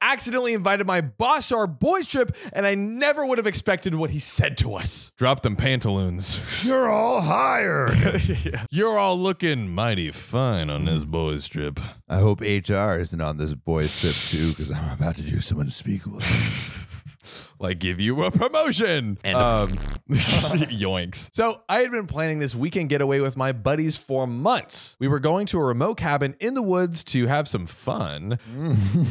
accidentally invited my boss to our boys' trip, and I never would have expected what he said to us. Drop them pantaloons. You're all hired. You're all looking mighty fine on this boys' trip. I hope HR isn't on this boys' trip too, because I'm about to do some unspeakable things. Like, give you a promotion. And um, yoinks. So, I had been planning this weekend getaway with my buddies for months. We were going to a remote cabin in the woods to have some fun,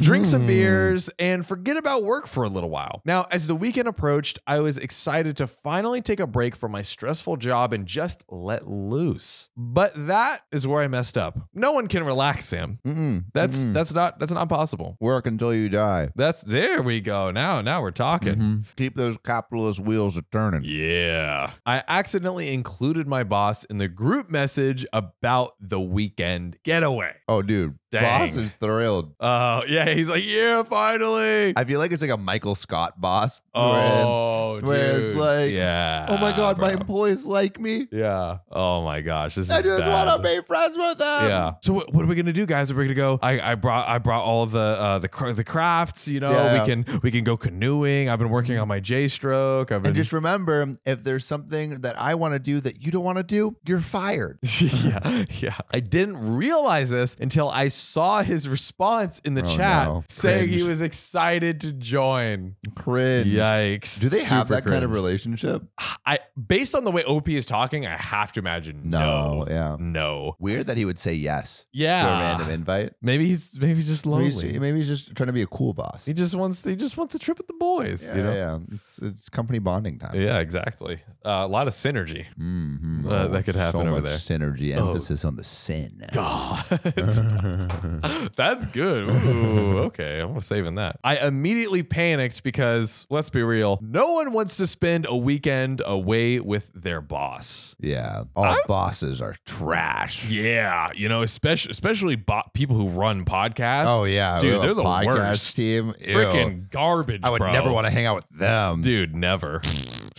drink some beers, and forget about work for a little while. Now, as the weekend approached, I was excited to finally take a break from my stressful job and just let loose. But that is where I messed up. No one can relax, Sam. Mm-mm. That's Mm. Mm-mm. that's not that's not possible. work until you die. That's there we go. Now, now we're talking. Keep those capitalist wheels a turning. Yeah. I accidentally included my boss in the group message about the weekend getaway. Oh, dude, Dang. boss is thrilled. Oh, yeah. He's like, yeah, finally. I feel like it's like a Michael Scott boss. where- oh, dude. where it's like, yeah. oh my god, my bro. employees like me. Yeah. Oh my gosh. This is I just bad. want to be friends with them. Yeah. So what, what are we gonna do, guys? We're gonna go. I, I brought I brought all the uh, the cra- the crafts. You know, Yeah. we can we can go canoeing. I've been working on my J stroke. I've been And just remember, if there's something that I want to do that you don't want to do, you're fired. yeah, yeah. I didn't realize this until I saw his response in the Oh, chat no. saying he Cringe. was excited to join. Cringe. Yikes. Do they have Super that kind of cringe. relationship? I based on the way OP is talking, I have to imagine no. Yeah. No. Weird that he would say yes to a Yeah. random invite. Maybe he's maybe he's just Ah, Maybe lonely. he's, maybe he's just trying to be a cool boss. he just wants he just wants a trip with the boys. yeah, you know? yeah. It's, it's company bonding time. Yeah, exactly. Uh, a lot of synergy. Mhm. Uh, that could happen so over much there. Synergy, Oh. emphasis on the sin. God. That's good. Ooh, okay. I'm saving that. I immediately panicked because, let's be real, no one wants to spend a weekend away with their boss. yeah, all bosses are trash. Yeah. You know, especially especially bo- people who run podcasts. Oh yeah, Dude, we have a they're the podcast worst. team. Ew. Freaking garbage. I would bro. never want to hang out with them. Dude, never.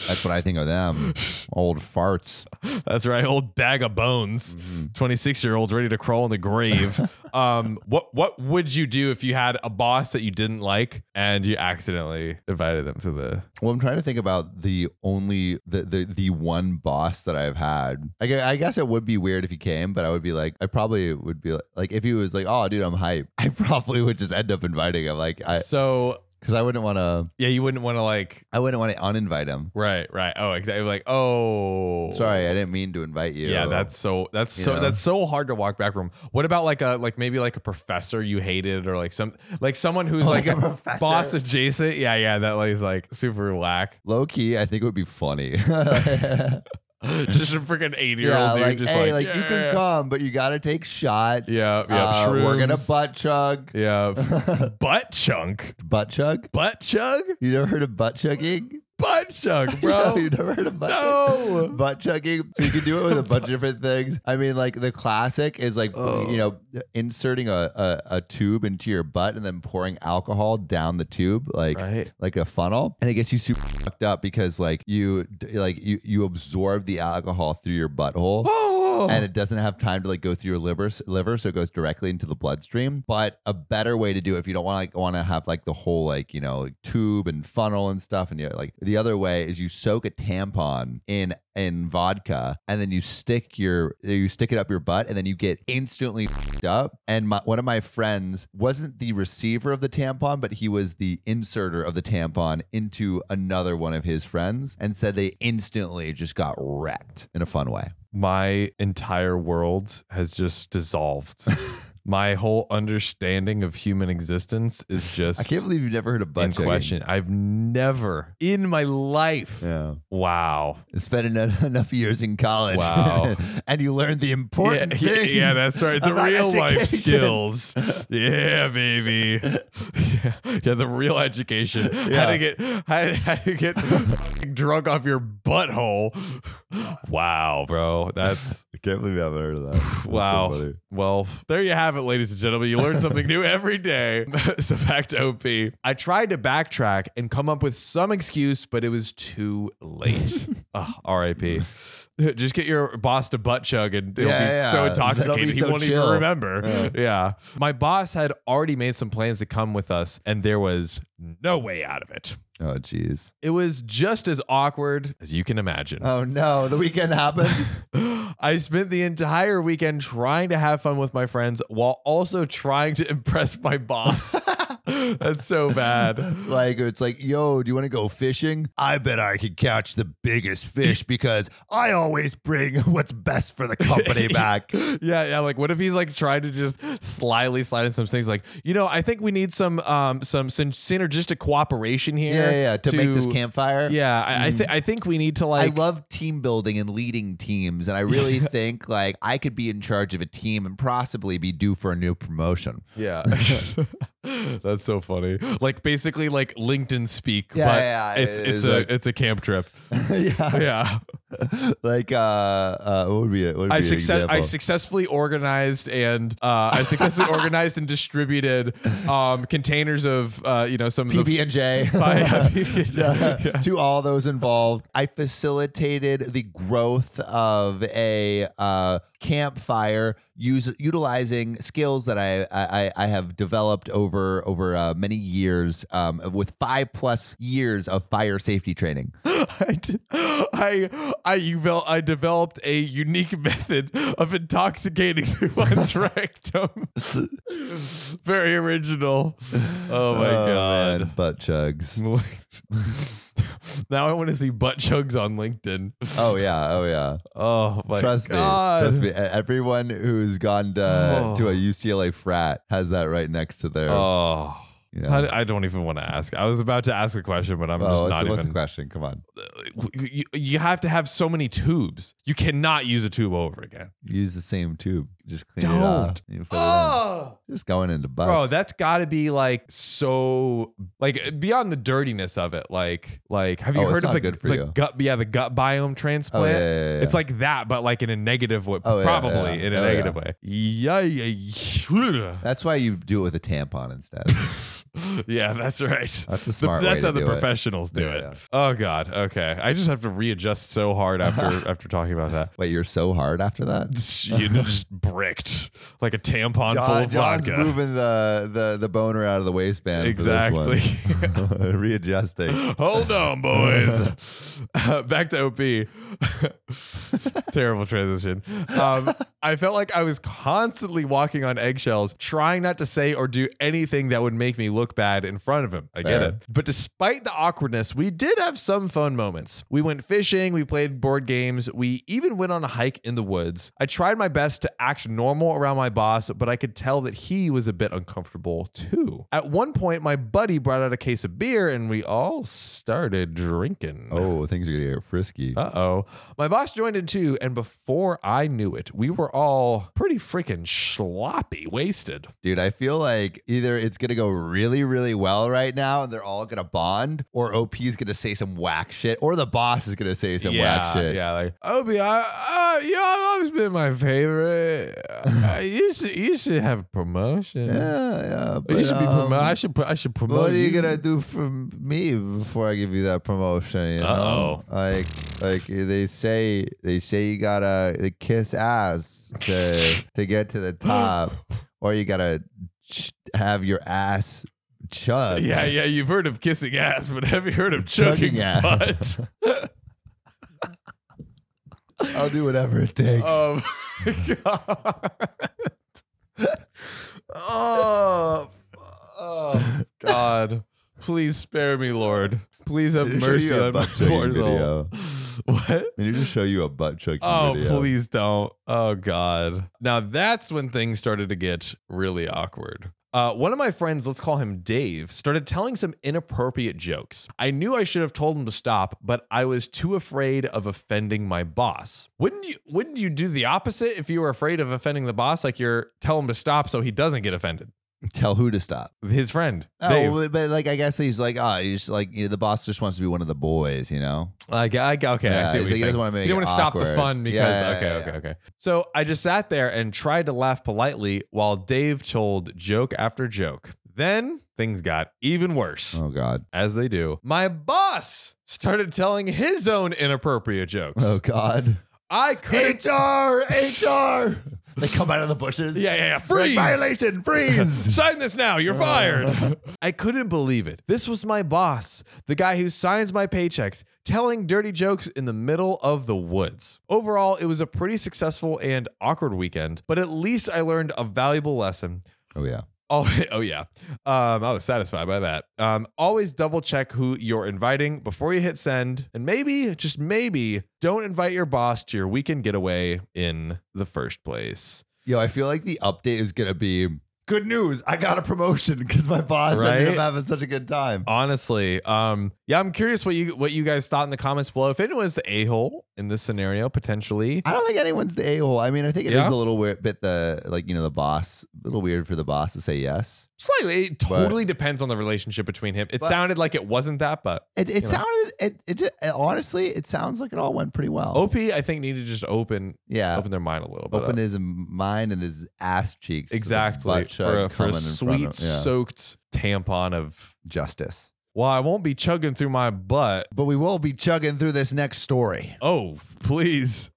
That's what I think of them. Old farts. That's right. Old bag of bones. Mm-hmm. 26 year olds ready to crawl in the grave. um, what what would you do if you had a boss that you didn't like and you accidentally invited them to the Well, I'm trying to think about the only the the, the one boss that I've had. I, gue- I guess it would be weird if he came, but I would be like, I probably would be like, like if he was like, "Oh, dude, I'm hype," I probably would just end up inviting him, like, I So because I wouldn't want to, yeah, you wouldn't want to like I wouldn't want to uninvite him. right, right. Oh, exactly. Like, oh Sorry, I didn't mean to invite you. Yeah, that's so that's You so know? that's so hard to walk back from. What about like a like maybe like a professor you hated or like some like someone who's like, Oh, Like a a professor? boss adjacent? Yeah, yeah, that like is like super whack. low key. I think it would be funny. just a freaking 80 year Yeah, old dude like, just hey, like, like, you can "Yeah." come, but you gotta take shots. Yeah, yeah, Uh, we're gonna shrooms. butt chug. Yeah. butt chunk. Butt chug? Butt chug? You never heard of butt chugging? Butt chug, bro. you never heard of butt No. chug? Butt chugging. So you can do it with a bunch of different things. I mean, like the classic is like Oh. you know, inserting a, a, a tube into your butt and then pouring alcohol down the tube, like Right. like a funnel, and it gets you super fucked up because like you like you you absorb the alcohol through your butthole. Oh. and it doesn't have time to like go through your liver, liver, so it goes directly into the bloodstream. But a better way to do it, if you don't want like want to have like the whole like you know tube and funnel and stuff, and you like the other way is you soak a tampon in in vodka, and then you stick your you stick it up your butt, and then you get instantly fucked up. And my, one of my friends wasn't the receiver of the tampon, but he was the inserter of the tampon into another one of his friends, and said they instantly just got wrecked in a fun way. My entire world has just dissolved. My whole understanding of human existence is just I can't believe you've never heard of butt in chugging. question. I've never in my life. Yeah, Wow. spent enough, enough years in college. Wow. and you learned the important yeah, things. yeah, that's right. The about real life education. skills. Yeah, baby. Yeah, yeah, the real education. How to get how, how to get drunk off your butthole. Wow, bro. That's I can't believe I haven't heard of that. That's so wow. funny. well, there you have it, ladies and gentlemen. You learn something new every day. so back to OP. I tried to backtrack and come up with some excuse, but it was too late. Ah, Ugh, R.I.P. Just get your boss to butt chug and he'll Yeah, be yeah. so That'll intoxicated be he so won't chill. even remember. Yeah. My boss had already made some plans to come with us this, and there was no way out of it. Oh, jeez. It was just as awkward as you can imagine. Oh no, the weekend happened. I spent the entire weekend trying to have fun with my friends while also trying to impress my boss. That's so bad. like it's like, yo, do you want to go fishing? I bet I can catch the biggest fish because I always bring what's best for the company back. Yeah, yeah. Like, what if he's like trying to just slyly slide in some things? Like, you know, I think we need some um some syn- synergistic cooperation here. Yeah, yeah, yeah, to, make this campfire. Yeah, I, I, th- I think we need to I like. love team building and leading teams, and I really think like I could be in charge of a team and possibly be due for a new promotion. yeah. That's so funny. Like basically like LinkedIn speak, Yeah, but yeah, yeah. it's It it's is a like- it's a camp trip. yeah, Yeah. like uh, uh, what would be it? What would I be an success I example? successfully organized and uh, I successfully organized and distributed um, containers of uh, you know some of the PB and J. Yeah. To all those involved, I facilitated the growth of a uh, campfire, use, utilizing skills that I, I I have developed over over uh, many years, um, with five plus years of fire safety training. I, did, I, I, you vel- I developed a unique method of intoxicating one's rectum. Very original. Oh my god. man, butt chugs. now I want to see butt chugs on LinkedIn. Oh yeah, oh yeah. Oh my Trust god. me, trust me. E- Everyone who's gone to, Oh. to a UCLA frat has that right next to their. Oh. you know. I, I don't even want to ask. I was about to ask a question, but I'm Oh, just what's, not the, what's the even. Uh, question? Come on. You, you have to have so many tubes. You cannot use a tube over again. Use the same tube. Just clean it Don't. Oh. off. You put it in. Just going into butts. Bro, that's got to be like so, like beyond the dirtiness of it. Like, like have you Oh, it's heard of not the, good for the you. gut? Yeah, the gut biome transplant. Oh, yeah, yeah, yeah, yeah. It's like that, but like in a negative way. Oh, yeah, probably yeah. in a Oh, negative way. Yeah, yeah, that's why you do it with a tampon instead. yeah. yeah. That's right. That's the The- smart way that's to how the do it. professionals do Yeah, it. yeah. Oh God. Okay. I just have to readjust so hard after after talking about that. Wait, you're so hard after that. You know, just bricked like a tampon full John, of John's vodka. moving the, the the boner out of the waistband. Exactly. For this one. Readjusting. Hold on, boys. Uh, back to OP. It's a Terrible transition. Um, I felt like I was constantly walking on eggshells, trying not to say or do anything that would make me look bad in front of him. I get Fair. it. But despite the awkwardness, we did have some fun moments. We went fishing, we played board games, we even went on a hike in the woods. I tried my best to act normal around my boss, but I could tell that he was a bit uncomfortable too. At one point, my buddy brought out a case of beer and we all started drinking. Oh, things are gonna get frisky. Uh oh. My boss joined in too, and before I knew it, we were all pretty freaking sloppy wasted. Dude, I feel like either it's gonna go really, really well right now, and they're all gonna bond, or OP is gonna say some whack shit, or the boss is gonna say some whack shit. Yeah, like Obi, I, uh, you have always been my favorite. Uh, you should, you should have a promotion. yeah. yeah, you but, should be promoted. um, I should, pro- I should promote. What are you gonna do for me before I give you that promotion? You know, like like they say they say you gotta kiss ass to to get to the top, or you gotta ch- have your ass chug. Yeah, yeah. You've heard of kissing ass, but have you heard of Chugging chugging ass. butt? I'll do whatever it takes. Oh my god. oh, oh god. Please spare me, Lord. Please have Did it show mercy you a on my butt chugging poor soul. video? What? Let me just show you a butt chugging Oh, video. please don't. Oh, God. Now that's when things started to get really awkward. Uh, one of my friends, let's call him Dave, started telling some inappropriate jokes. I knew I should have told him to stop, but I was too afraid of offending my boss. Wouldn't you? Wouldn't you do the opposite if you were afraid of offending the boss? Like you're tell him to stop so he doesn't get offended. Tell who to stop. His friend, Dave. Oh, but, but like I guess he's like, oh, he's like you know, the boss just wants to be one of the boys, you know. Like, I, okay, Yeah, I see it's what like you're he saying. doesn't wanna make you don't it wanna stop the awkward. fun because Yeah, yeah, okay, yeah, okay, okay. So I just sat there and tried to laugh politely while Dave told joke after joke. Then things got even worse, Oh God. as they do. My boss started telling his own inappropriate jokes. Oh God. I couldn't. HR, HR. They come out of the bushes. Yeah, yeah, yeah. Like, Freeze. Violation, freeze. Sign this now. You're fired. I couldn't believe it. This was my boss, the guy who signs my paychecks, telling dirty jokes in the middle of the woods. Overall, it was a pretty successful and awkward weekend, but at least I learned a valuable lesson. oh yeah. Oh, oh yeah. Um, I was satisfied by that. Um, always double check who you're inviting before you hit send, and maybe, just maybe, don't invite your boss to your weekend getaway in the first place. Yo, I feel like the update is gonna be good news. I got a promotion because my boss ended Right? up having such a good time. Honestly, um, yeah, I'm curious what you what you guys thought in the comments below. If anyone is the a hole in this scenario, potentially, I don't think anyone's the a hole. I mean, I think it is Yeah? a little weird, bit the like you know the boss, a little weird for the boss to say yes. slightly, it totally depends on the relationship between him. It But- sounded like it wasn't that, but It, it know. sounded it, it just, honestly it sounds like it all went pretty well. OP I think needed to just open Oh. yeah, open their mind a little bit. open up. his mind and his ass cheeks. to the exactly butt chug for a, for a coming in front sweet of- yeah. soaked tampon of. justice. Well, I won't be chugging through my butt. But we will be chugging through this next story. Oh, please.